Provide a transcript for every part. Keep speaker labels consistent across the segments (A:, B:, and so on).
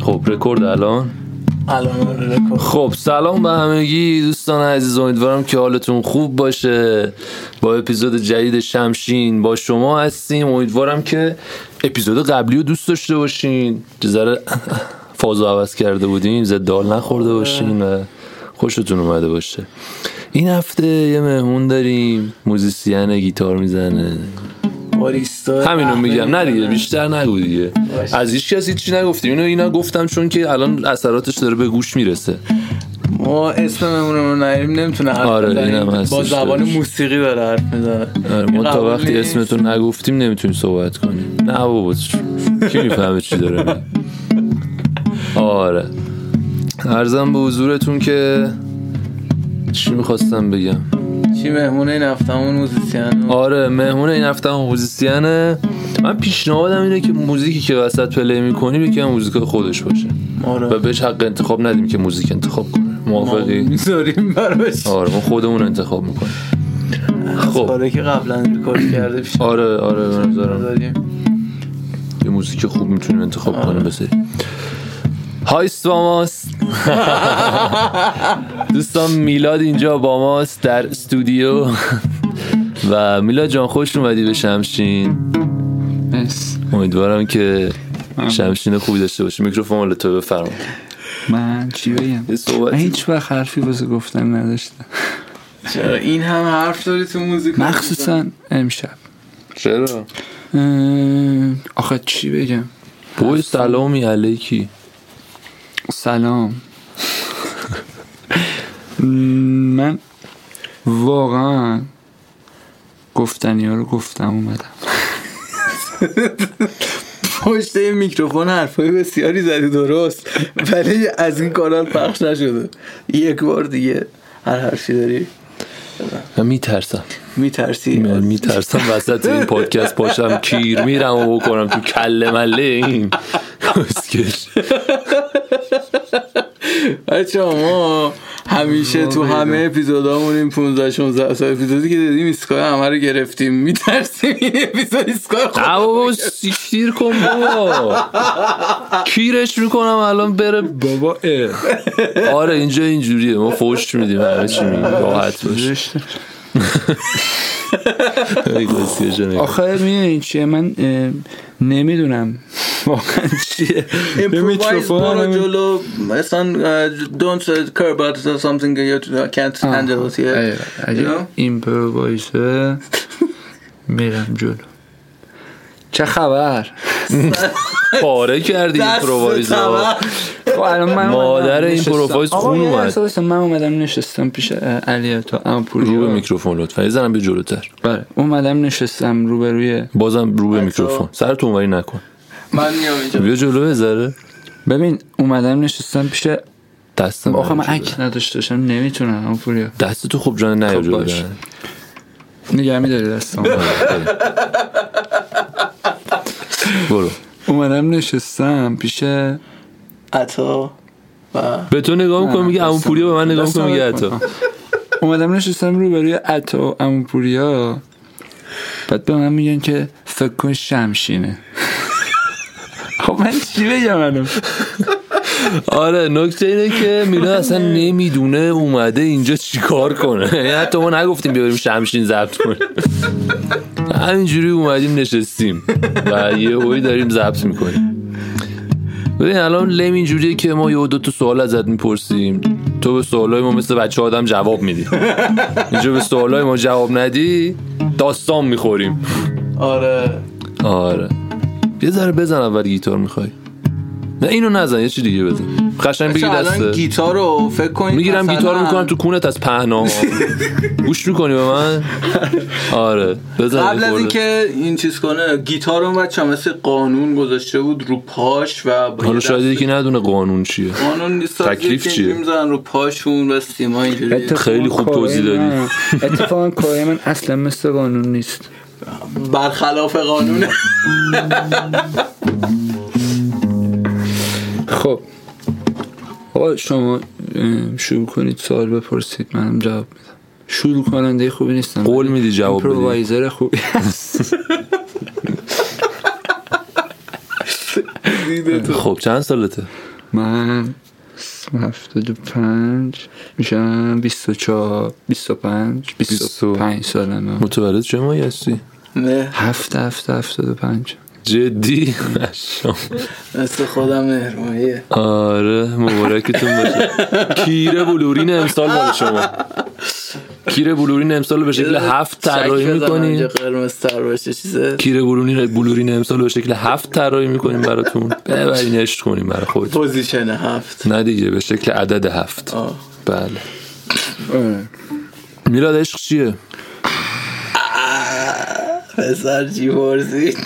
A: خب رکورد الان
B: الان رکورد
A: خب سلام به همگی دوستان عزیز امیدوارم که حالتون خوب باشه با اپیزود جدید شمشین با شما هستیم امیدوارم که اپیزود قبلی رو دوست داشته باشین که ذره فاز رو عوض کرده بودیم زد دال نخورده باشین و خوشتون اومده باشه این هفته یه مهمون داریم موزیسین گیتار میزنه
B: باریستا
A: همینو
B: قهوه
A: میگم نه دیگه
B: می‌کنه.
A: بیشتر نگو دیگه
B: بله، باشه.
A: از هیچ کسی چی نگفتیم اینو اینا گفتم چون که الان اثراتش داره به گوش میرسه
B: ما اسم مهمونمون رو نریم نمیتونه حرف
A: آره،
B: بزنیم.
A: اینم هستش
B: با زبان
A: دارش.
B: موسیقی داره حرف میزنه
A: آره، ما تا وقتی اسمتون نگفتیم نمیتونیم صحبت کنیم نه بابا کی میفهمه چی داره میگه؟ آره ارزم به حضورتون که چی میخواستم بگم
B: چی مهمونه این هفتمون موزیسین
A: آره مهمون این هفته هم موزیسینه من پیشنهادم اینه که موزیکی که وسط پلی میکنیم یکی هم موزیک خودش باشه و
B: آره
A: بهش حق انتخاب ندیم که موزیک انتخاب کنه
B: ما
A: موافقی
B: میذاریم براش
A: آره ما خودمون انتخاب میکنیم خب.
B: آره که قبلا رکورد کرده پیش
A: آره آره به نظرم
B: دادیم
A: یه موزیک خوب میتونیم انتخاب کنیم بسری هایست با ماست دوستان میلاد اینجا با ماست در استودیو و میلاد جان خوش اومدی به شمشین
C: مرسی.
A: امیدوارم که شمشین خوبی داشته باشی میکروفون مال تو بفرما
C: من چی بگم
A: یه
C: من
A: صحبت
C: هیچ وقت حرفی واسه گفتن نداشتم
B: چرا این هم حرف داری تو موزیک
C: مخصوصا امشب
A: چرا
C: اه، آخه چی بگم
A: بوی سلامی علیکی
C: سلام م، من واقعا گفتنی ها رو گفتم اومدم
B: پشت این میکروفون حرفای بسیاری زدی درست ولی از این کانال پخش نشده یک بار دیگه هر حرفی داری
A: من میترسم
B: میترسی
A: آره. میترسم وسط این پادکست باشم کیر میرم و بکنم تو کله مله این اسکش.
B: بچه ما همیشه تو همه اپیزودامون این 15 16 سال اپیزودی که دیدیم ایستگاه همه رو گرفتیم میترسیم این اپیزود ایستگاه خود
A: نه بابا سیکتیر کن بابا کیرش میکنم الان بره بابا آره اینجا اینجوریه ما فوش میدیم همه چی میگیم راحت باش ای قصه جنگ.
C: آخه میدونین چیه من نمیدونم واقعا چیه به
B: improvise
C: میکروفون
B: برو
C: همین-
B: جلو مثلا uh, don't uh, care about something you can't handle it yeah.
C: آره، اگه
B: You
C: ایمپرووایزه میرم جلو چه خبر خب،
A: پاره کردی این
B: دست
A: پرووایزو
B: تبر
C: خب، الان من اومدم،
A: مادر این
C: نشستم.
A: پروفایل
C: آقا،
A: خون
C: یه
A: اومد.
C: لحظه وایسا، من اومدم نشستم پیش اه، علی تا امپوری
A: رو به میکروفون لطفا یه زنم به جلوتر
C: بله اومدم نشستم روبروی
A: بازم رو به میکروفون سر تو اونوری نکن
B: من میام اینجا
A: بیا جلو یه ذره
C: ببین اومدم نشستم پیش
A: دستم
C: آخه من
A: جلو.
C: اک نداشته باشم نمیتونم امپوریا
A: دست تو خب جان نه
C: خب
A: جلو
C: باش. نگه میداری دستم
A: برو
C: اومدم نشستم پیش
B: عطا و
A: به تو نگاه میکنم میگه عمو پوریا به من نگاه
C: دستم
A: میکنم میگه
C: بکن.
A: عطا
C: آه. اومدم نشستم روبروی عطا و عمو پوریا بعد به من میگن که فکر کن شمشینه خب من چی بگم الان
A: آره نکته اینه که میلاد اصلا نمیدونه اومده اینجا چیکار کنه یعنی حتی ما نگفتیم بیا بریم شمشین ضبط کنیم همینجوری اومدیم نشستیم و یه هوی داریم ضبط میکنیم ببین الان لم اینجوریه که ما یه دو تا سوال ازت میپرسیم تو به سوالای ما مثل بچه آدم جواب میدی اینجا به سوالای ما جواب ندی داستان میخوریم
B: آره
A: آره یه ذره بزن اول گیتار میخوای نه اینو نزن یه چی دیگه بزن قشنگ بگی
B: چه الان
A: دسته
B: گیتار رو فکر کنید
A: میگیرم
B: مثلا
A: گیتار رو میکنم تو کونت از پهنا گوش میکنی به من آره بزن یه
B: قبل از
A: خورده.
B: اینکه این چیز کنه گیتار اون بچه مثل قانون گذاشته بود رو پاش و با
A: حالا
B: یه
A: شاید
B: دست-
A: یکی ندونه قانون چیه
B: قانون نیست
A: تکلیف چیه؟
B: میزن رو پاشون و سیما اینجوری
A: خیلی خوب توضیح
C: کارهای
A: دادی.
C: من- اتفاقا کارهای من اصلا مثل قانون نیست
B: برخلاف قانون
C: خب آقا شما اه، شروع کنید سوال بپرسید منم جواب میدم شروع کننده خوبی نیستم
A: قول میدی جواب بدی
C: پرووایزر خوبی هست
A: خب چند سالته
C: من هفتاد و پنج میشم بیست و چهار بیست و پنج بیست و پنج سالمه
A: متولد چه ماهی هستی
B: نه
C: هفت هفت هفتاد و پنج
A: جدی قشنگ.
B: مثل خودم مهرماییه
A: آره مبارکتون باشه کیره بلورین امسال مال شما کیره بلورین امسال رو به شکل هفت طراحی میکنیم
B: قرمز تر باشه چیزه
A: کیره بلورین بلورین امسال رو به شکل هفت طراحی میکنیم براتون ببرین عشق کنیم برای خود
B: پوزیشن هفت
A: نه دیگه به شکل عدد هفت
B: آه.
A: بله میلاد عشق چیه
B: پسر جیورزی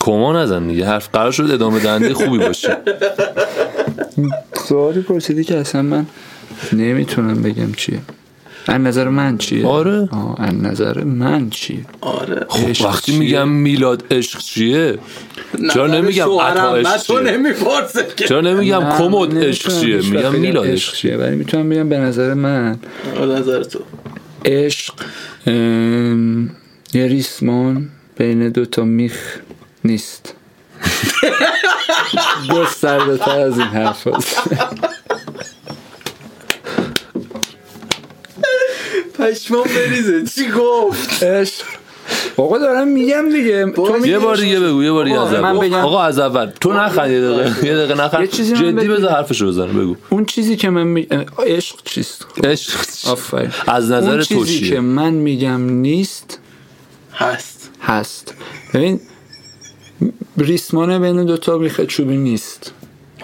A: کما نزن دیگه حرف قرار شد ادامه دهنده خوبی باشه
C: سوالی پرسیدی که اصلا من نمیتونم بگم چیه از نظر من چیه
A: آره.
C: آه، از نظر من چیه
B: آره
A: خب
C: عشق
A: وقتی
C: چیه؟
A: میگم میلاد عشق چیه چرا نمیگم عطا
B: شوهرم نه
A: عشق
B: تو
A: چیه
B: نمیپرسه که
A: چرا نمیگم
C: من
A: خب، کمد
C: نمیتونم
A: عشق چیه
C: هیچ وقت
A: میگم
C: بگم
A: میلاد عشق چیه
C: چیه ولی میتونم بگم به نظر من
B: به نظر تو
C: عشق ام، یه ریسمان بین دو تا میخ نیست گسترده تر از این حرف هست
B: پشمام بریزه چی گفت
C: عشق آقا دارم میگم دیگه تو میگی
A: یه بار دیگه بگو یه بار دیگه
C: آقا،
A: از
C: من
A: اول
C: بگم-
A: آقا از اول تو نخند یه دقیقه یه دقیقه نخند
C: یه چیزی من
A: جدی
C: بگم.
A: بذار حرفشو بزنه بگو
C: اون چیزی که من میگم عشق چیست
A: عشق
C: آفرین
A: از
C: اون
A: نظر تو
C: چیزی که
A: چیه
C: من میگم نیست
B: هست
C: هست ببین ریسمان بین دو تا میخ چوبی نیست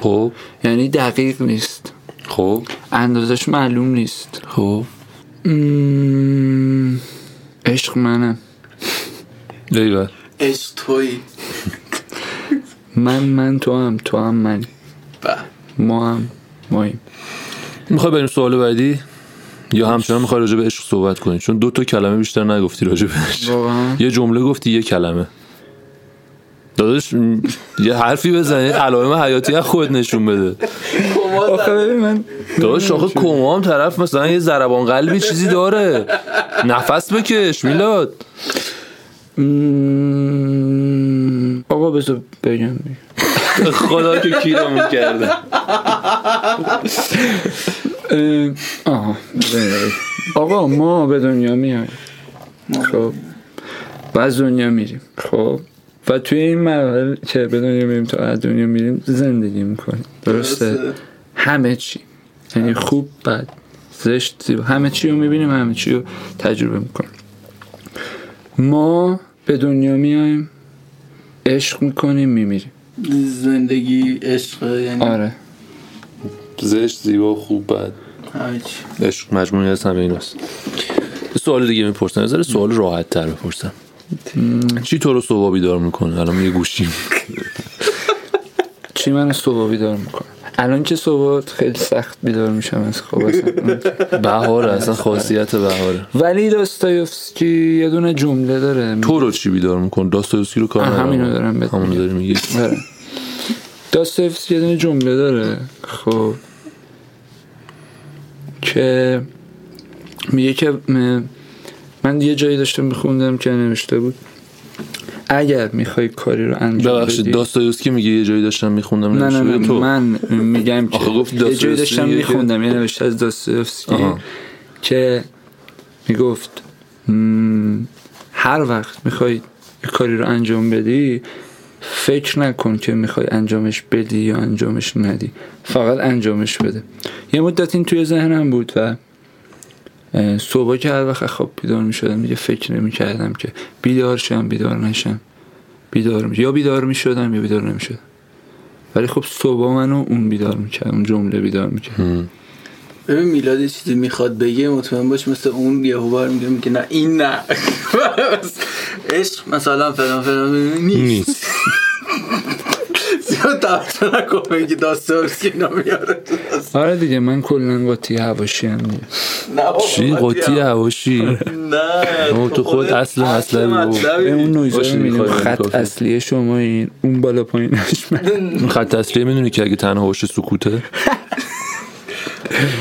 A: خب
C: یعنی دقیق نیست
A: خب
C: اندازش معلوم نیست
A: خب
C: مم، عشق منم
A: ایول
B: عشق تویی
C: من من تو هم تو هم من
B: به.
C: ما هم ماییم
A: میخوای بریم سوال بعدی یا همچنان میخوای راجع به عشق صحبت کنی چون دو تا کلمه بیشتر نگفتی راجع بهش
C: واقعا
A: یه جمله گفتی یه کلمه داداش م، یه حرفی بزنی علائم حیاتی از خود نشون بده
B: کمد
C: آخه ببین من
A: داداش آخه کما هم طرف مثلا یه ضربان قلبی چیزی داره نفس بکش میلاد
C: مم، آقا بذار بگم
A: خدا که کیرمون کرده
C: اه، آها بله. آقا ما به دنیا میایم خب و از دنیا میریم خب و توی این مراحل که به دنیا میریم تا از دنیا میریم زندگی میکنیم درسته
B: درسته.
C: همه چی یعنی خوب بد زشت زیبا همه چی رو میبینیم همه چی رو تجربه میکنیم ما به دنیا میایم عشق میکنیم میمیریم
B: زندگی عشق یعنی
C: آره
A: زشت زیبا خوب بد
B: همه چی
A: عشق مجموعی از همه ایناست یه سوال دیگه میپرسن از سوال راحت تر بپرسن چی تو رو صبح بیدار میکنه الان یه گوشیم
C: چی من صبح بیدار میکنه الان که صبح خیلی سخت بیدار میشم از خواب اصلا.
A: بهاره اصلا خاصیت بهاره
C: ولی داستایوفسکی یه دونه جمله داره
A: تو رو چی بیدار میکن داستایوفسکی رو کار
C: آه،
A: ندارم.
C: همینو دارم بهت
A: همونو
C: میگم.
A: داری میگی
C: آره. داستایوفسکی یه دونه جمله داره خب که میگه که م- من یه جایی داشتم میخوندم که نوشته بود اگر میخوای کاری رو انجام
A: ببخشید
C: بدی
A: داستایوفسکی میگه یه جایی داشتم میخوندم
C: نه نه
A: نوشته
C: نه
A: تو
C: من میگم که
A: آخه گفت
C: یه جایی
A: داستایوفسکی
C: داشتم
A: میگه که-
C: میخوندم یه نوشته از داستایوفسکی
A: آها.
C: که میگفت "مم، هر وقت میخوای یه کاری رو انجام بدی فکر نکن که میخوای انجامش بدی یا انجامش ندی فقط انجامش بده یه مدت این توی ذهنم بود و اه، صبح که هر وقت از خواب بیدار میشدم دیگه فکر نمیکردم که بیدار شم بیدار نشم بیدار می... یا بیدار میشدم یا بیدار نمیشدم ولی خب صبح منو اون بیدار میکرد اون جمله بیدار میکرد
B: ببین میلاد یه چیزی میخواد بگه مطمئن باش مثل اون یهو بار میگه میگه نه این نه عشق مثلا فلان فلان نیست
A: نیست
B: زیاد توجه نکن بگی داستایوفسکی اینا میاره
C: آره دیگه من کلا قاطی هواشی هم دیگه
B: نه بابا،
A: چی قطی
B: قاطی هم.
A: هواشی
B: نه
A: اما تو خود اصل مسئله بگو.
B: مطلبی.
C: اون نویزه
A: باشه،
C: رو می‌بینی،
A: می‌خوای
C: خط
A: بگو.
C: اصلی شما این اون بالا پایینش من
A: خط اصلیه میدونی که اگه تنها باشه سکوته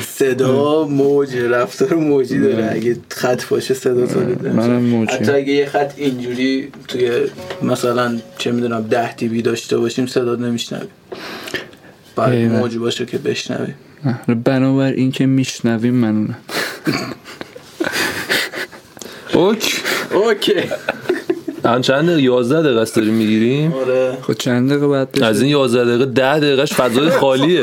B: صدا موج رفتار موجی داره اگه خط باشه صدا تولید نمیشه.
C: منم موجی.
B: حتی اگه یه خط اینجوری توی مثلا چه میدونم ده تیبی داشته باشیم صدا نمیشنویم باید
C: ایول.
B: موج باشه که بشنویم
C: آره، بنابر این که میشنویم منونم
A: اوک
B: اوکی
A: الان چند دقیقه 11 دقیقه است داریم میگیریم
B: آره
C: خب چند دقیقه بعد بشه
A: از این 11 دقیقه 10 دقیقهش فضای خالیه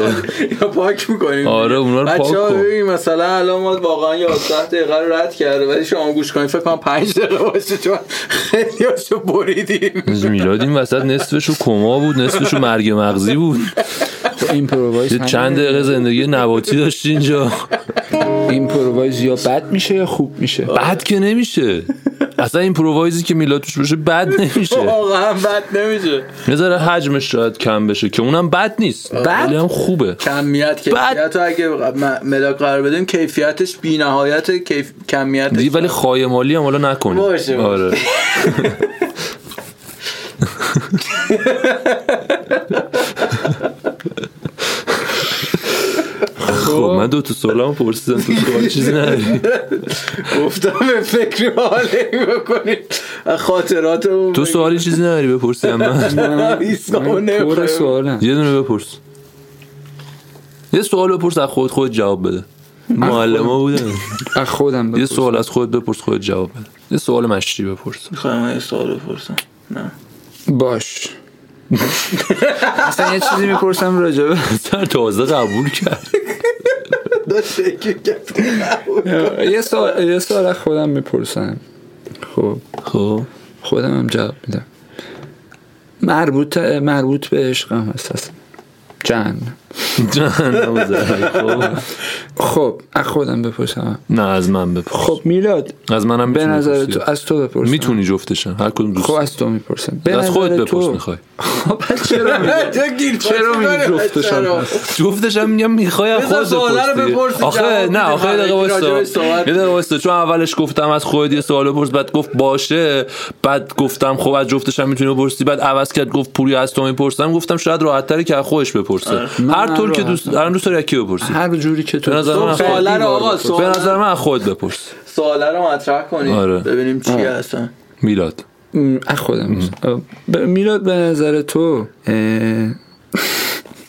B: یا پاک میکنیم
A: آره، اونا رو پاک
B: بچه
A: کن.
B: ببین مثلا الان ما واقعا 11 دقیقه رو رد کرده ولی شما گوش کنید فکر کنم 5 دقیقه باشه چون خیلی هاشو بریدیم
A: از میلاد این وسط نصفشو کما بود نصفشو مرگ مغزی بود
C: خب ایمپرووایز
A: یه
C: همین-
A: چند دقیقه زندگی نباتی داشت اینجا
C: ایمپرووایز یا بد میشه یا خوب میشه
A: بد که نمیشه اصلا این پرووایزی که میلاد توش باشه بد نمیشه
B: واقعا بد نمیشه
A: یه ذره حجمش شاید کم بشه که اونم بد نیست
C: بد؟
A: ولی هم خوبه
B: کمیت کیفیت رو اگه م- ملاک قرار بدیم کیفیتش بی نهایت کیف... کمیتش
A: دی ولی خایه مالی هم حالا
B: باشه،
A: نکنیم
B: باشه.
A: آره خب من دو تا سوالم پرسیدم تو سوال چیزی نداری
B: گفتم به فکر حاله بکنید خاطرات اون
A: تو سوالی چیزی نداری بپرسیم من
C: من پر سوالم
A: یه دونه بپرس یه سوال بپرس از خود خود جواب بده معلم ها بودن
C: از خودم
A: یه
C: بپرس.
A: سوال از خود بپرس خود جواب بده یه سوال مشتی بپرس
B: خواهم یه سوال بپرسم نه
C: باش اصلا یه چیزی میپرسم راجبه
A: سر تازه قبول کرد
B: داشت فکر کرد
C: یه سوال یه سوال از خودم میپرسم خب
A: خب
C: خودم هم جواب میدم مربوط مربوط به عشقم هست اصلا جهنم
A: جهنم زدی. خب.
C: خب از خودم بپرسم
A: نه از من بپرس
C: خب میلاد
A: از منم
C: به
A: میتونی
C: نظر
A: بپرسی.
C: تو از تو بپرسم
A: میتونی جفتشن هر کدوم دوست
C: خب از تو میپرسم به
A: از خودت
C: نظر
A: بپرس
C: تو
A: میخوای
C: خب، پس چرا میگی؟ چرا میگی جفتشان
B: خب،
C: هست؟
A: جفتش هم میگم میخوای از
B: بذار
A: خودت
B: سواله رو
A: بپرس دیگه.
B: بپرسی، جواب
A: آخه
B: میدیم.
A: نه آخه یه دقیقه
B: همه راجع به
A: وایسا یه
B: صحبت
A: دقیقه وایسا چون اولش گفتم از خودت یه سوال بپرس بعد گفت باشه بعد گفتم خب از جفتش هم میتونی بپرسی بعد عوض کرد گفت پوری از تو میپرسم گفتم شاید راحت تره که از خودش
B: آره.
A: بپرسه
C: من
A: هر طور
C: راحت
A: که دوست الان دوست داری از کی بپرسی
C: هر جوری که تو
A: به نظر من از خودت.
B: سواله رو آقا،
A: خب، به
B: سواله.
A: نظر من از خودت بپرس
B: سواله رو مطرح کنیم
A: آره.
B: ببینیم چی هستن
A: میلاد
C: م، از خودم آه، ب- میلاد به نظر تو اه،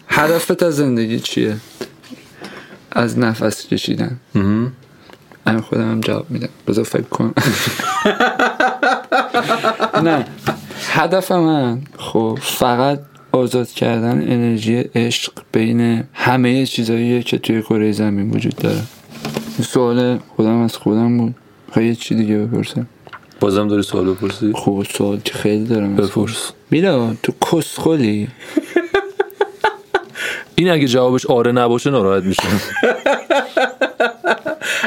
C: هدفت از زندگی چیه از نفس کشیدن من خودم هم جواب میدم بذار فکر کن نه هدف من خب فقط آزاد کردن انرژی عشق بین همه چیزاییه که توی کره زمین وجود داره این سوال خودم از خودم بود خیلی چی دیگه بپرسم
A: بازم داری سوال بپرسی
C: خب سوال که خیلی دارم از
A: بپرس
C: میلا تو کسخلی
A: این اگه جوابش آره نباشه ناراحت میشم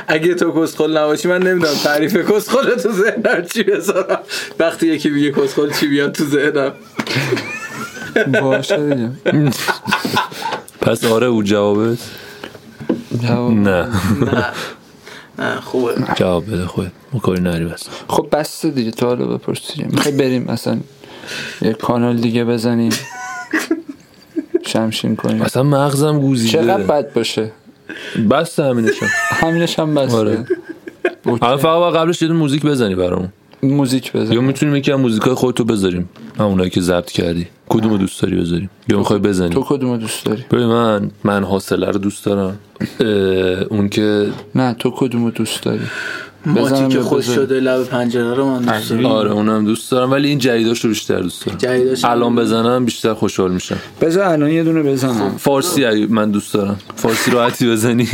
B: اگه تو کسخل نباشی من نمیدونم تعریف کسخل تو ذهنم چی بذارم وقتی یکی میگه کسخل چی بیاد تو ذهنم
C: باشه دیگه
A: پس آره بود جوابت
C: جواب.
A: نه
B: نه خوبه
A: جواب بده خود ما کاری نری بس
C: خب بس دیگه تا حالا بپرس دیگه میخوای بریم اصلا یه کانال دیگه بزنیم شمشین کنیم
A: اصلا مغزم
C: چقدر
A: گوزیده
C: بد باشه
A: بس همینشم
C: همینش هم بس
A: آره. الان فقط باید قبلش یه دونه موزیک بزنی برامون
C: موزیک
A: یا
C: بزن
A: میتونیم یکی از موزیکای خودتو بذاریم همونایی که ضبط کردی کدومو دوست داری بذاریم یا میخوای
C: تو
A: بزنیم
C: کدومو دوست داری
A: ببین من من حاصله رو دوست دارم اه، اون که
C: نه تو کدومو دوست داری
B: ماتی که
C: بزنم
B: خوش
C: بزنم.
B: شده لب پنجره رو من دوست دارم
A: آره اونم دوست دارم ولی این جدیداش رو بیشتر دوست دارم
B: جدیداش
A: الان بزنم بیشتر خوشحال میشم
C: بذار الان یه دونه بزنم
A: فارسی اگه من دوست دارم فارسی راحتی بزنی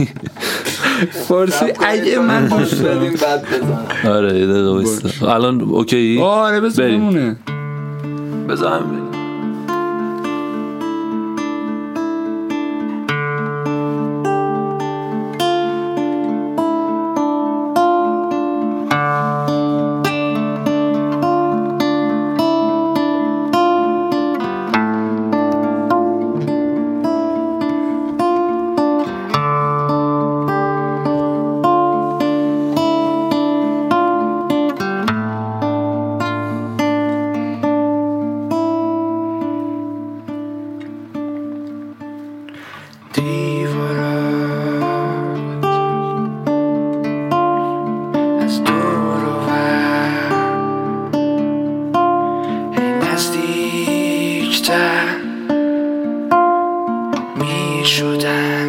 C: فارسی اگه من
A: خب.
C: دوست دارم
B: بدیم بد بزنم
A: آره یه دقیقه وایسا. الان اوکی
C: آره بذار
A: خب. بریم.
C: بمونه
A: بذار همین بریم.
C: دیوارم شدم می شدم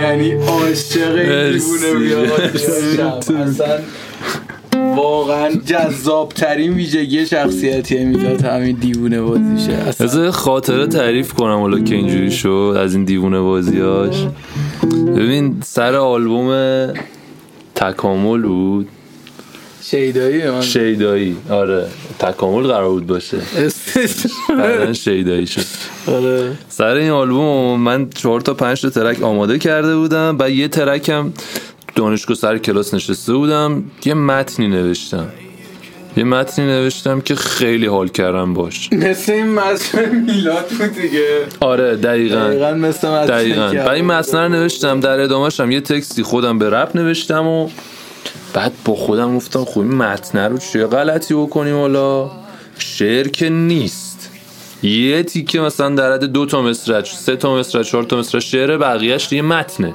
B: یعنی عاشق این
A: مرسی.
B: دیوونه بیاد اصلا واقعا جذاب ترین ویژگی شخصیتی میداد همین دیوونه بازیشه اصلا
A: از خاطره تعریف کنم حالا که اینجوری شد از این دیوونه بازیاش ببین سر آلبوم تکامل بود
B: شیدایی من
A: شیدایی آره تکامل قرار بود باشه بعدن شیدایی شد
B: آره
A: سر این آلبوم من چهار تا پنج تا ترک آماده کرده بودم و یه ترکم دانشگاه سر کلاس نشسته بودم یه متنی نوشتم یه متنی نوشتم که خیلی حال کردم باش
B: مثل این مصر میلاد بود دیگه
A: آره دقیقا
B: دقیقا مثل مصر
A: دقیقا
B: که
A: و این متن رو نوشتم در ادامهشم یه تکستی خودم به رپ نوشتم و بعد با خودم گفتم خب این متن رو چه غلطی بکنیم حالا شعر که نیست یه تیکه مثلا در حد دو تا مصرع سه تا مصرع چهار تا مصرع شعر بقیهش یه متنه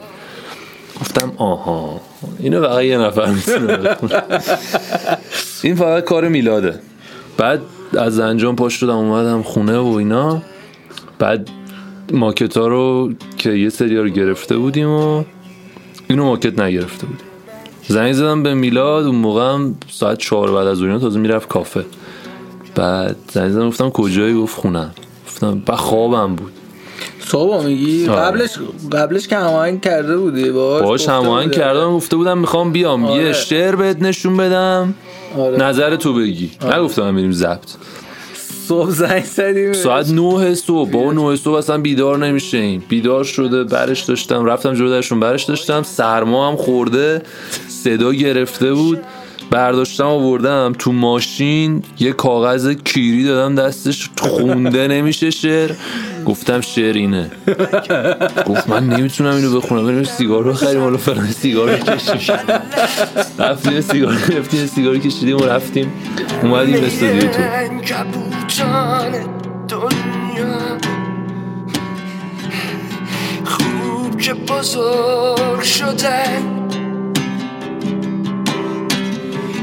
A: گفتم آها اینو فقط یه نفر میتونه بخونه. این فقط کار میلاده بعد از انجام پاش شدم اومدم خونه و اینا بعد ماکتا رو که یه سریا رو گرفته بودیم و اینو ماکت نگرفته بودیم زنگ زدم به میلاد اون موقع هم ساعت چهار بعد از اون تازه میرفت کافه بعد زنگ زدم گفتم کجایی گفت خونم گفتم با خوابم بود
B: صبح میگی
A: آره.
B: قبلش قبلش که هماهنگ کرده بودی باهاش
A: باش
B: گفته
A: هماهنگ
B: بودی.
A: کردم گفته بودم میخوام بیام یه
B: آره.
A: شعر بهت نشون بدم
B: آره.
A: نظر تو بگی نگفتم بریم ضبط
B: صبح زنگ زدیم
A: ساعت 9 صبح با 9 صبح اصلا بیدار نمیشه این بیدار شده برش داشتم رفتم جلو درشون برش داشتم سرما هم خورده صدا گرفته بود برداشتم آوردم تو ماشین یه کاغذ کیری دادم دستش خونده نمیشه شعر گفتم شعر اینه گفت من نمیتونم اینو بخونم بریم سیگار بخریم حالا فلان سیگار بکشیم رفتیم یه سیگار گرفتیم یه سیگار کشیدیم و رفتیم اومدیم استودیو تو
D: کبوتان دنیا خوب که بزرگ شدن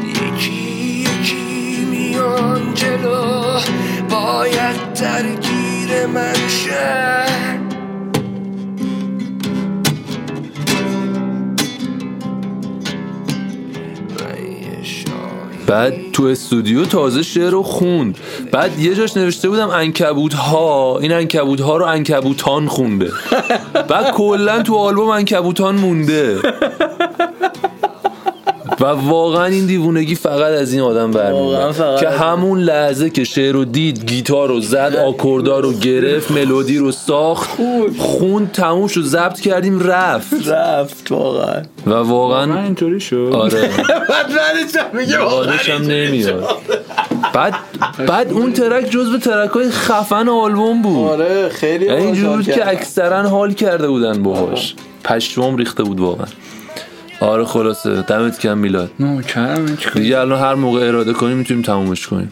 D: یکی یکی میان جلو باید درگیر من شد رأی شاهی
A: بعد تو استودیو تازه شعر رو خوند بعد یه جاش نوشته بودم انکبوت ها این انکبوت ها رو انکبوتان خونده بعد کلا تو آلبوم انکبوتان مونده و واقعا این دیوونگی فقط از این آدم
B: واقعاً
A: برمیاد
B: فقط
A: که
B: از-
A: همون لحظه که شعر رو دید گیتار رو زد آکوردا رو گرفت ملودی رو ساخت خوند تموم شد ضبط کردیم رفت
B: رفت واقعا
A: و
C: من
A: واقعا
C: اینطوری شد
A: آره
B: بعد بعدش هم میگه واقعا
A: آرش هم نمیاد بعد بعد اون ترک جزو ترک های خفن آلبوم بود
B: آره خیلی
A: یعنی اینجوری
B: باحال
A: بود
B: کردن.
A: که اکثرا حال کرده بودن باهاش پشتوم ریخته بود واقعا آره خلاصه دمت کم میلاد
C: نوکرم چیکار-
A: دیگه الان هر موقع اراده کنیم میتونیم تمومش کنیم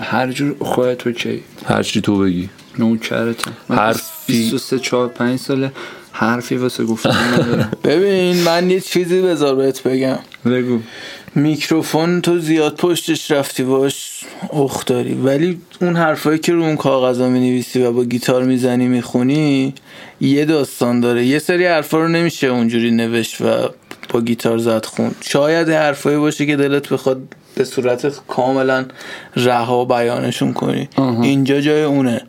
C: هر جور خودت اوکی
A: هر چی تو بگی
C: نوکرتم من
A: حرفی-
C: 23 4 5 ساله حرفی واسه گفتن ندارم
B: ببین من یه چیزی بذار بهت بگم
C: بگو
B: میکروفون تو زیاد پشتش رفتی باش اخ داری ولی اون حرفایی که رو اون کاغذا می نویسی و با گیتار میزنی میخونی یه داستان داره یه سری حرفا رو نمیشه اونجوری نوشت و با گیتار زد خون شاید یه حرفایی باشه که دلت بخواد به صورت کاملا رها بیانشون کنی
C: آها.
B: اینجا جای اونه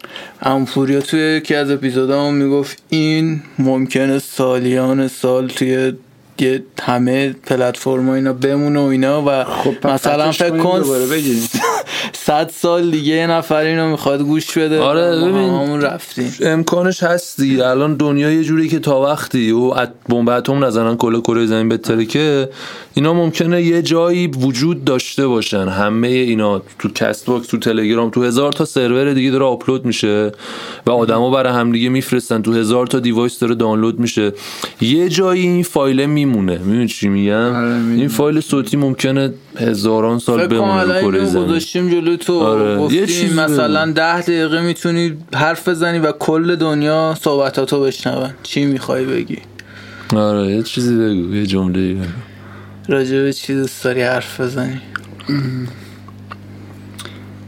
B: امفوریا توی یکی از اپیزودامون میگفت این ممکنه سالیان سال توی یه همه پلتفرم اینا بمونه و اینا و
C: خب،
B: مثلا
C: پخشش
B: فکر
C: کنیم
B: کن
C: دوباره بگیریم.
B: صد سال دیگه یه نفر اینو میخواد گوش بده
A: آره،
B: ما
A: ببین.
B: همون رفتیم
A: امکانش هستی الان دنیا یه جوری که تا وقتی و ات بمب اتم نزنن کل کره زمین بتره که اینا ممکنه یه جایی وجود داشته باشن همه اینا تو کست باکس تو تلگرام تو هزار تا سرور دیگه داره آپلود میشه و آدما برای همدیگه میفرستن تو هزار تا دیوایس داره دانلود میشه یه جایی این فایل میمونه میدونی چی میگم
C: آره، می‌دونم.
A: این فایل صوتی ممکنه هزاران سال
B: فکر کنم
A: بمونه
B: الان
A: رو کره
B: اینو
A: زمین
B: گذاشتیم جلو تو
A: آره، یه
B: گفتیم
A: چیزی
B: مثلا ده دقیقه میتونی حرف بزنی و کل دنیا صحبتاتو بشنون چی میخوای بگی
A: آره یه چیزی بگو یه جمله بگو
B: راجع به چی دوست داری حرف بزنی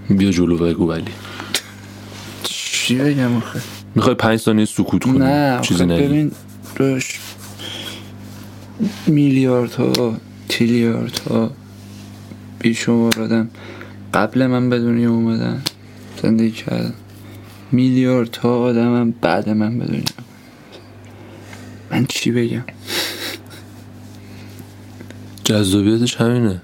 A: بیا جلو بگو ولی
C: چی بگم آخه
A: میخوای پنج ثانیه سکوت کنی
C: نه
A: چیزی
C: چیزی
A: نگی
C: ببین داشت میلیارد ها تریلیارد ها بیشمار آدم قبل من به دنیا اومدن زندگی کردن میلیارد ها آدم هم بعد من به دنیا اومدن. من چی بگم
A: جذابیتش همینه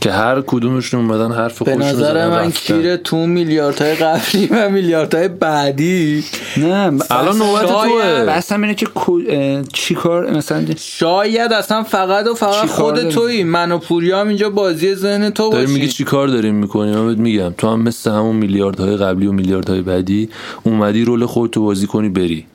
A: که هر کدومشون اومدن حرف
B: به
A: خودشون رو
B: نظر
A: زدن
B: من
A: رفتن.
B: کیره تو میلیاردهای قبلی و میلیاردهای بعدی
C: نه
A: الان نوبت توه
C: اصلا اینه که کو- اه، چیکار مثلا
B: شاید اصلا فقط و فقط
C: چی کار
B: خود
C: داری؟
B: تویی من و پوریا هم اینجا بازی ذهن تو
A: داری میگی
B: باشیم
A: چی کار داریم میکنی من بهت میگم تو هم مثل همون میلیاردهای قبلی و میلیاردهای بعدی اومدی رول خودتو بازی کنی بری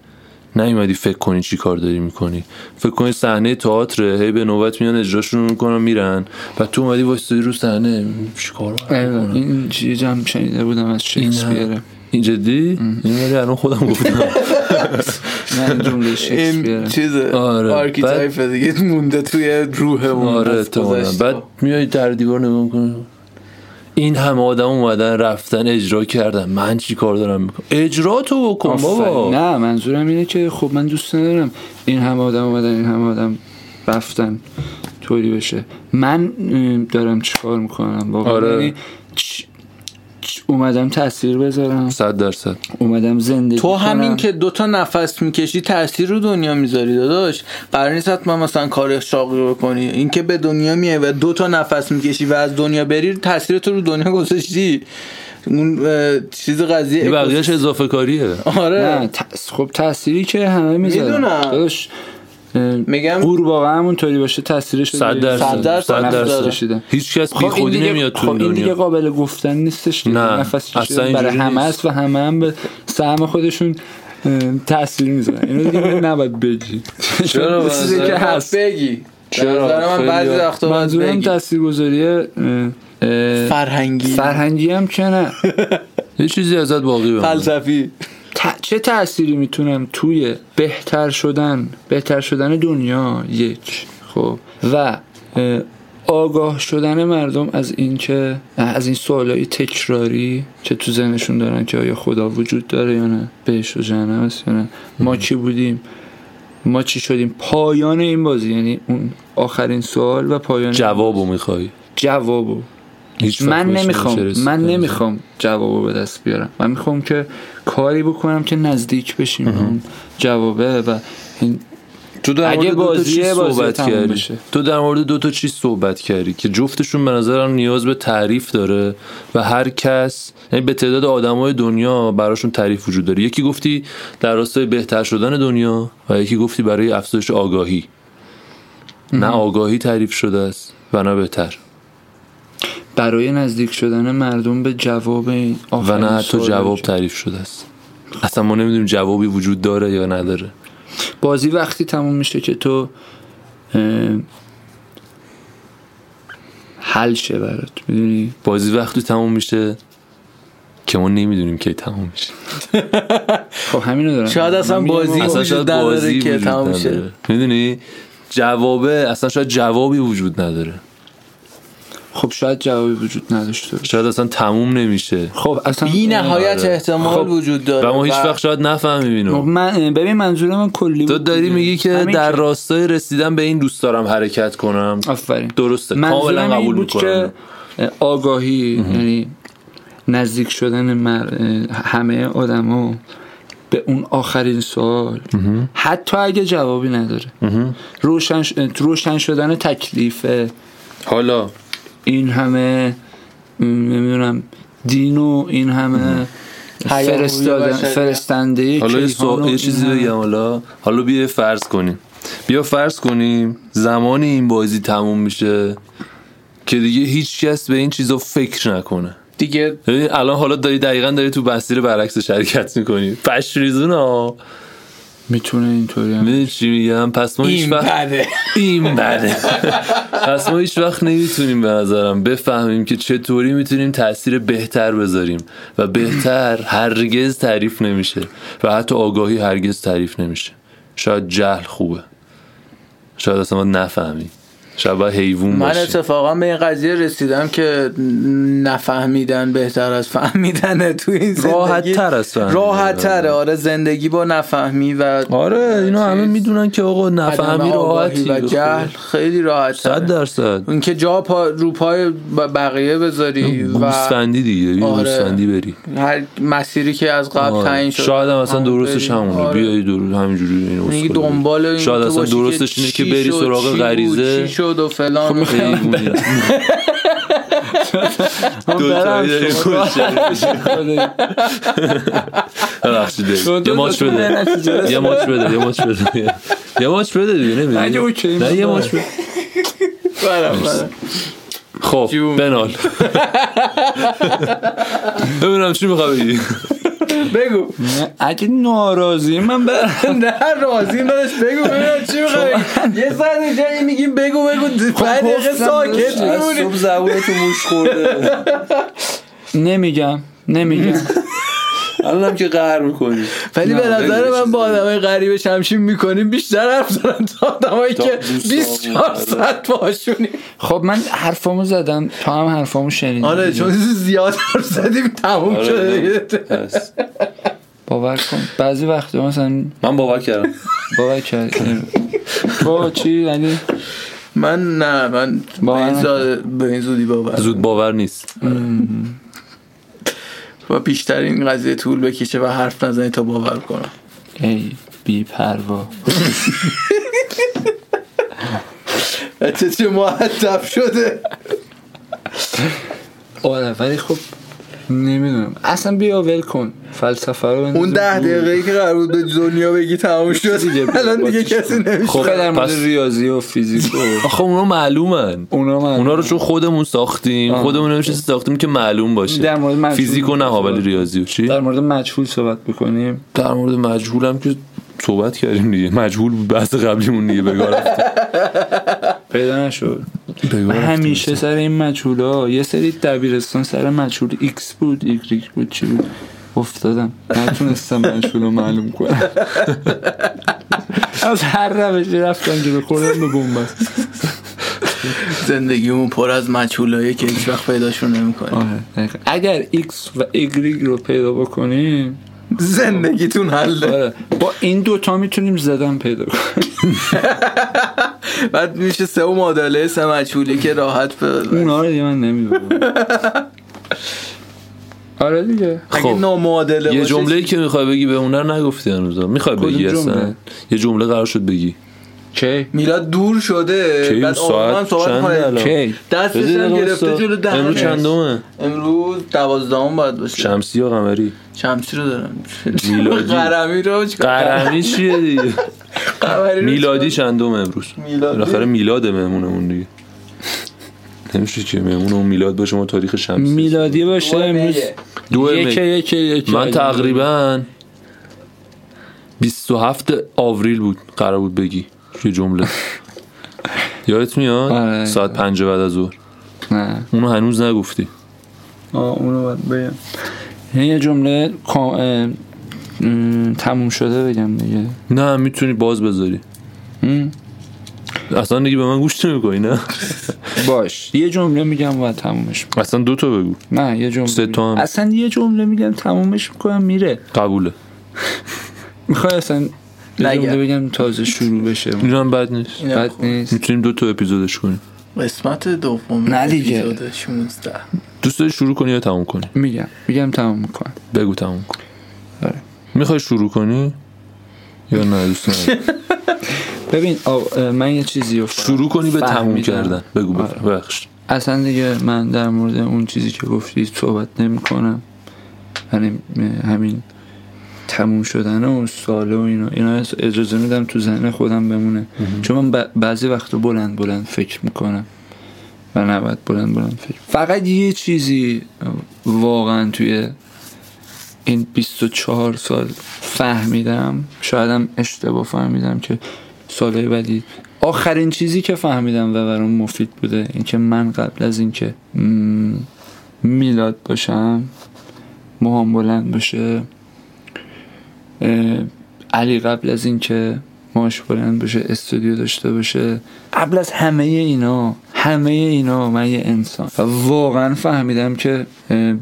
A: نیومدی فکر کنی چی کار داری میکنی فکر کنی صحنه تئاتر هی به نوبت میان اجراشون رو میکنن میرن و تو اومدی وایستادی رو صحنه چیکار
C: ایوه، این چیز هم شنیده بودم از شکسپیره
A: این جدی این ولی الان خودم گفتم
C: نه این جمله
B: این
C: شکسپیره
B: چیزه
A: آره،
B: آرکیتایپ دیگه مونده توی روحمون
A: آره
B: از
A: احتمالاً
B: گذشته.
A: بعد میای در دیوار نگاه می‌کنی. این همه آدم اومدن رفتن اجرا کردن من چی کار دارم میکنم اجرا تو بکن
C: آفرین.
A: بابا
C: نه منظورم اینه که خب من دوست ندارم این همه آدم اومدن این همه آدم رفتن طوری بشه من ام، دارم چیکار میکنم واقعا
A: آره.
C: یعنی چ- چ- اومدم تاثیر بذارم
A: صد درصد
C: اومدم زندگی
B: تو همین
C: کنم.
B: که دوتا نفس میکشی تاثیر رو دنیا میذاری داداش قرار نیست حتما مثلا کار شاقی بکنی اینکه به دنیا میای و دوتا نفس میکشی و از دنیا بری تاثیر تو رو دنیا گذاشتی اون اه، چیز قضیه
A: این بقیهش اضافه کاریه
B: آره
C: نه تأث- خب تاثیری که همه میذارن
B: میدونم.
C: داداش ام،
B: میگم-
C: قور واقعا همونطوری باشه تاثیرش رو
A: صد
C: داری.
B: صد
A: درصد
B: درصد
A: صد
C: نفس
A: درصد
C: کشیدن.
A: هیچ کس
C: خب
A: بی
C: این
A: خودی
C: دیگه-
A: نمیاد
C: خب
A: تو این
C: این دیگه
A: دنیا
C: قابل گفتن نیستش دیگه.
A: نه،
C: نفس
A: اصلا
C: کشیدن
A: اینجوری
C: برای همه
A: نیست.
C: است و همه هم به سهم خودشون اه، تاثیر میزنن اینو دیگه نباید بگی
A: چرا
C: چون چیزی
A: باید؟
C: که
B: باید
C: هست
B: بگی
A: چرا؟
B: چرا نظر من
A: خیلی
B: بعضی
A: ها.
B: وقتا باید
C: منظورم
B: بگی
C: تاثیرگذاری اه، اه،
B: فرهنگی
C: فرهنگی هم که نه
A: یه چیزی ازت باقی بمونه
B: فلسفی
C: ت- چه تأثیری میتونم توی بهتر شدن بهتر شدن دنیا یک خب و اه، آگاه شدن مردم از این که از این سوالای تکراری که تو ذهنشون دارن که آیا خدا وجود داره یا نه بهش و جهنم هست یا نه ما چی بودیم ما چی شدیم پایان این بازی یعنی اون آخرین سوال و پایان
A: جوابو میخوای
C: جوابو
A: هیچ وقت
C: من
A: بهش
C: نمیخوام
A: نمیشه رسید.
C: من نمیخوام جوابو به دست بیارم من میخوام که کاری بکنم که نزدیک بشیم به اون جوابه و این
A: تو در
C: اگه
A: مورد دو تا
C: بازیه،
A: چیز
C: بازیه
A: صحبت
C: تموم
A: کردی
C: بشه.
A: تو در مورد دو تا چیز صحبت کردی که جفتشون به نظرم نیاز به تعریف داره و هر کس یعنی به تعداد آدمای دنیا براشون تعریف وجود داره یکی گفتی در راستای بهتر شدن دنیا و یکی گفتی برای افزایش آگاهی نه آگاهی تعریف شده است و نه بهتر
C: برای نزدیک شدن مردم به جواب این
A: و
C: آخرین
A: نه حتی
C: سوال
A: جواب تعریف شده است اصلا ما نمیدونیم جوابی وجود داره یا نداره
C: بازی وقتی تموم میشه که تو اه، حل شه برات میدونی
A: بازی وقتی تموم میشه که ما نمیدونیم کی تموم میشه
C: خب همینو دارم
B: شاید اصلا
C: من میگم
B: بازی
C: آقا،
A: اصلا
B: وجود
A: شاید
B: نداره
A: بازی
B: که
A: وجود
B: تموم شه.
A: نداره میدونی جوابه اصلا شاید جوابی وجود نداره
C: خب شاید جوابی وجود نداشته باشه.
A: شاید اصلا تموم نمیشه
C: خب اصلا
B: بی نهایت
A: آره.
B: احتمال
C: خب،
B: وجود
A: و
B: داره
A: ما هیچ وقت شاید نفهمیم اینو
C: من ببین منظور من کلی
A: تو
C: بود
A: داری
C: دیگه.
A: میگی که
C: همین
A: در
C: که-
A: راستای رسیدن به این دوست دارم حرکت کنم
C: آفرین
A: درسته کاملا
C: منظورم این
A: قبول
C: بود
A: میکنم
C: که آگاهی یعنی نزدیک شدن مر... همه آدما به اون آخرین سوال حتی اگه جوابی نداره روشن, ش- روشن شدن تکلیف
A: حالا
C: این همه نمیدونم دین و این همه
B: هیاهوی
C: فرستادن
B: بشریت.
C: فرستنده
A: حالا یه,
C: کیهان
A: سوال-
C: و
A: یه
C: این
A: چیزی
C: همه.
A: بگم حالا حالا بیا فرض کنیم بیا فرض کنیم زمانی این بازی تموم میشه که دیگه هیچ کس به این چیزا فکر نکنه
B: دیگه
A: ببین الان حالا داری دقیقا داری تو مسیر برعکس شرکت میکنی پش ریزون ها
C: میتونه اینطوری هم
A: میدونی چی میگم پس ما هیچ
B: این
A: وقت
B: بده
A: این بده پس ما هیچ وقت نمیتونیم به نظرم بفهمیم که چطوری میتونیم تاثیر بهتر بذاریم و بهتر هرگز تعریف نمیشه و حتی آگاهی هرگز تعریف نمیشه شاید جهل خوبه شاید اصلا ما نفهمیم شاید باید حیوان
B: من
A: باشیم
B: اتفاقا به این قضیه رسیدم که نفهمیدن بهتر از فهمیدن تو این زندگی
A: راحت‌تر از فهمیدن.
B: راحت تره آره زندگی با نفهمی و
A: آره اینو همه میدونن که آقا نفهمی
B: عدم آگاهی
A: راحتی خب.
B: و جهل خیلی راحت
A: صد
B: تره
A: درصد
B: اینکه جا پا رو پای ب- بقیه بذاری و
A: گوسفندی دیگه بیا
B: آره.
A: گوسفندی بری
B: هر مسیری که از قبل تعیین
A: آره.
B: شده
A: شاید هم اصلا
B: همون
A: درستش
B: بری.
A: همونه
B: آره.
A: بیای درست همینجوری این
B: میگی
A: اسکل
B: دنبال
A: بری.
B: این
A: شاید
B: تو
A: اصلا
B: باشی
A: درستش اینه که
B: چی
A: بری
B: شد، چی
A: سراغ
B: بود،
A: غریزه خب،
B: چی شد و فلان و فلان.
A: حیوونی. دوتایی داری خوش ببخشید
C: چون
A: یه
C: تو
A: ماچ
C: دوتا
A: بده
C: نتیجه رسیدی.
A: یه ماچ بده یه ماچ بده یه ماچ بده دیگه نمی‌دی؟
C: نه، اگه اوکی
A: نه یه
C: بود.
A: ماچ بده
B: بله، بله.
A: خب
B: جون.
A: بنال ببینم چی میخوای بگی
B: بگو
C: نه، اگه ناراضی من برم
B: نه راضی نداشت بگو ببینم چی میخوای یه ساعت اینجا این میگیم بگو بگو پنج دقیقه
C: خب. گفتم
B: ساکت
C: داداش، از
B: میمونی
A: زبون تو موش خورده
C: نمیگم نمیگم
A: الانم که قهر میکنی
B: ولی به
C: نه،
B: نظر
A: بگو یه
B: من
A: چیز
B: با آدمای غریبه شمشیم میکنیم بیشتر حرف دارن تا آدمایی که
A: دوست
B: 24
A: آموزه.
B: ساعت باشونی
C: خب من حرفامو زدم تو هم حرفامو شنیدی
B: آره چون زیاد حرف زدیم
A: آره،
B: تموم شده
C: باور کن بعضی وقتا مثلا
A: من باور کردم
C: باور کردی با چی یعنی
B: من نه من به
C: باور
B: این زا- به این زودی باور
A: زود باور نیست
B: و بیشتر این قضیه طول بکشه و حرف نزنی تا باور کنم
C: ای بی پروا
B: بچه چه معدب شده
C: آره ولی خب نمیدونم اصلا بیا ول کن فلسفه رو بنداز
B: اون ده
C: دور.
B: دقیقه ای که قرار بود به دنیا بگی تموم شد
C: دیگه بود.
B: الان دیگه
C: باتیش
B: کسی نمیشه
C: خب در مورد
A: پس-
C: ریاضی و فیزیک و
A: آخه اونا معلومن
C: اونا من
A: اونا رو چون خودمون ساختیم خودمون هم چیزی ساختیم که معلوم باشه
C: در مورد مجهول
A: فیزیک و نه
C: صحبت.
A: ولی ریاضی و چی
C: در مورد مجهول صحبت بکنیم
A: در مورد مجهول هم که صحبت کردیم دیگه مجهول بود بحث قبلیمون دیگه بگار
C: پیدا نشد من
A: بگار
C: همیشه سر این مجهولا یه سری دبیرستان سر مجهول X بود Y بود چی بود افتادم نتونستم منشون رو معلوم کنم از هر روشی رفتم جلو خوردم به بنبست
B: زندگیمون پر از مچولایی که هیچ وقت پیداشون نمیکنیم
C: آره دقیقاً. اگر ایکس و ایگریگ رو پیدا بکنیم
B: زندگیتون حله
C: آره با این دوتا میتونیم زدن پیدا کنیم
B: بعد میشه سه و مادله سه مچولی که راحت به
A: خب،
C: اونا رو دیگه من نمیدونم آره دیگه
B: اگه
A: خب.
B: نامعادله
A: یه
B: باشه،
A: جمله ای که میخوای بگی به اون رو نگفتی هنوز میخوای
C: کدوم
A: بگی
C: جمله؟
A: اصلا یه جمله قرار شد بگی
C: چی؟
B: میلاد دور شده
A: کی؟
B: بعد آقا هم
A: ساعت
B: صحبت
A: چند
B: کنه
A: الان؟
C: چی؟
B: دستش
A: بذار
B: هم
A: دقیقه
B: گرفته
A: وایسا.
B: جلو دهنش
A: امروز چندمه
B: امروز دوازدهم باید باشه
A: شمسی یا قمری
B: شمسی رو دارم
A: میلادی.
B: قرمی رو
A: قرمی چیه دیگه
B: قمری رو
A: میلادی چندم امروز
B: میلادی؟
A: بالاخره میلاد مهمونمون دیگه نمیشه که مهمون اون میلاد باشه ما تاریخ شمسی
C: میلادی باشه
B: دو میه.
C: امروز
A: دو می.
C: یکی یکی یکی
A: من تقریبا 27 آوریل بود قرار بود بگی یه جمله یادت
C: آره.
A: میاد ساعت پنج بعد از ظهر
C: نه
A: اونو هنوز نگفتی
C: آه اونو باید بگم یه جمله کام- اه، م، تموم شده بگم دیگه
A: نه میتونی باز بذاری
C: م،
A: اصلا دیگه به من گوش نمیکنی نه
C: باش یه جمله میگم و تمومش می‌کنم.
A: اصلا دو تا بگو
C: نه یه جمله
A: سه تا هم.
C: میگم. اصلا یه جمله میگم تمومش میکنم میره
A: قبوله
C: میخوای اصلا یه
B: نگم.
C: جمله بگم تازه شروع بشه
A: اینو هم بد نیست
B: اینم
C: بد
B: خوب.
C: نیست
A: میتونیم دو تا اپیزودش کنیم
B: قسمت دوم
C: نه دیگه.
B: اپیزود 16
A: دوست داری شروع کنی یا تموم کنی
C: میگم میگم تموم میکنم
A: بگو تموم کن
C: آره.
A: میخوای شروع کنی یا نه دوست نداری؟
C: ببین آقا، اه، من یه چیزی رو فهم-
A: شروع کنی به تموم
C: فهمیدم.
A: کردن بگو
C: آره.
A: بخش
C: اصلا دیگه من در مورد اون چیزی که گفتی صحبت نمی کنم یعنی همین تموم شدن و ساله و اینا اینا اجازه میدم تو ذهن خودم بمونه چون من ب- بعضی وقت بلند بلند فکر میکنم و نباید بلند بلند فکر فقط یه چیزی واقعا توی این 24 سال فهمیدم شایدم اشتباه فهمیدم که سالهای بعدی آخرین چیزی که فهمیدم و برام مفید بوده اینکه من قبل از اینکه م، میلاد باشم موهام بلند باشه اه، علی قبل از اینکه ماش بلند باشه استودیو داشته باشه قبل از همه اینا همه اینا من یه انسان و واقعا فهمیدم که اه،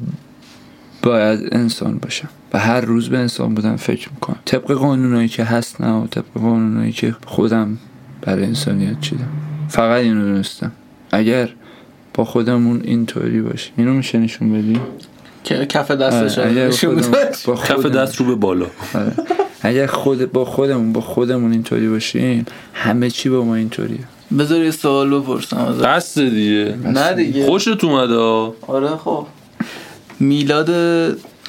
C: باید انسان باشم و هر روز به انسان بودن فکر میکنم طبق قانونایی که هست نه و طبق قانونایی که خودم برای انسانیت چیدم فقط اینو دونستم اگر با خودمون اینطوری باشیم اینو میشه نشون بدی
B: که کف
C: آره، اگر با
B: دستش
C: خودمون- با
A: کف
C: خودمون-
A: دست رو به بالا
C: آره. اگر خود با خودمون با خودمون اینطوری باشیم همه چی با ما اینطوریه
B: بذار یه سوال بپرسم ازت. خب،
A: قصد دیگه
B: نه دیگه
A: خوشت اومده ها.
B: آره خب میلاد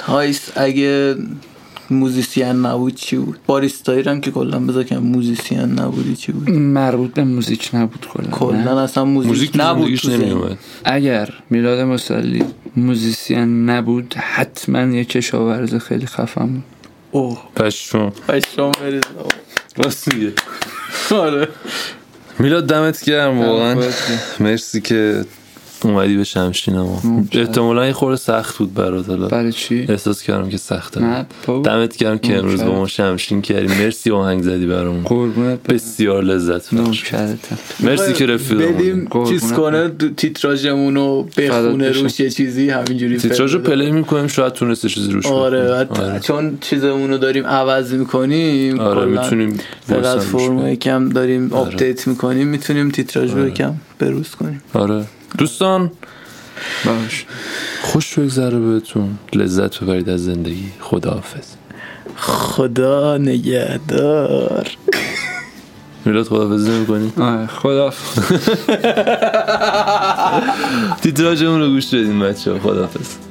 B: هایس اگه موزیسین نبود چی بود باریستایی رو هم که کلا بذار که موزیسین نبودی چی بود
C: مربوط به موزیک نبود کلا نه.
B: کلا اصلا موزیک,
A: موزیک تو
B: نبود
A: زندگیش
B: تو ذهن.
A: نمیومد
C: اگر میلاد مسلی موزیسین نبود حتما یه کشاورز خیلی خفم بود
B: اوه
A: پشم
B: پشتام بریز
A: راست میگه
B: آره
A: میلاد دمت گرم واقعا مرسی که اومدی به شمشین ما
C: ممنون.
A: احتمالا یه خورده سخت بود برات
B: بله.
A: حالا
C: برای چی؟
A: احساس کردم که سخته
C: نه بابا
A: دمت گرم که
C: ممنون.
A: امروز با ما شمشین کردی مرسی آهنگ زدی برامون
C: قربونت برم.
A: بسیار لذت بخش
C: نوکرتم.
A: مرسی که خب، رفیقمون
B: بدیم چیز کنه دو- تیتراژمونو بخونه
C: فدات بشم.
B: روش یه چیزی همینجوری
A: تیتراژ رو
B: بده.
A: پلی میکنیم شاید تونسته چیزی روش
B: آره
A: بکنیم.
B: بعد چون چیزمون رو داریم عوض میکنیم
A: آره میتونیم
B: پلتفرم کم داریم
A: آره.
B: آپدیت میکنیم میتونیم تیتراژ رو کم بروز کنیم
A: آره دوستان
C: باش
A: خوش بگذره بهتون لذت ببرید از زندگی خداحافظ
B: خدا نگهدار
A: میلاد خداحافظی نمی‌کنی
C: آه خدا
A: تیتراژمون رو گوش بدین بچه‌ها خداحافظ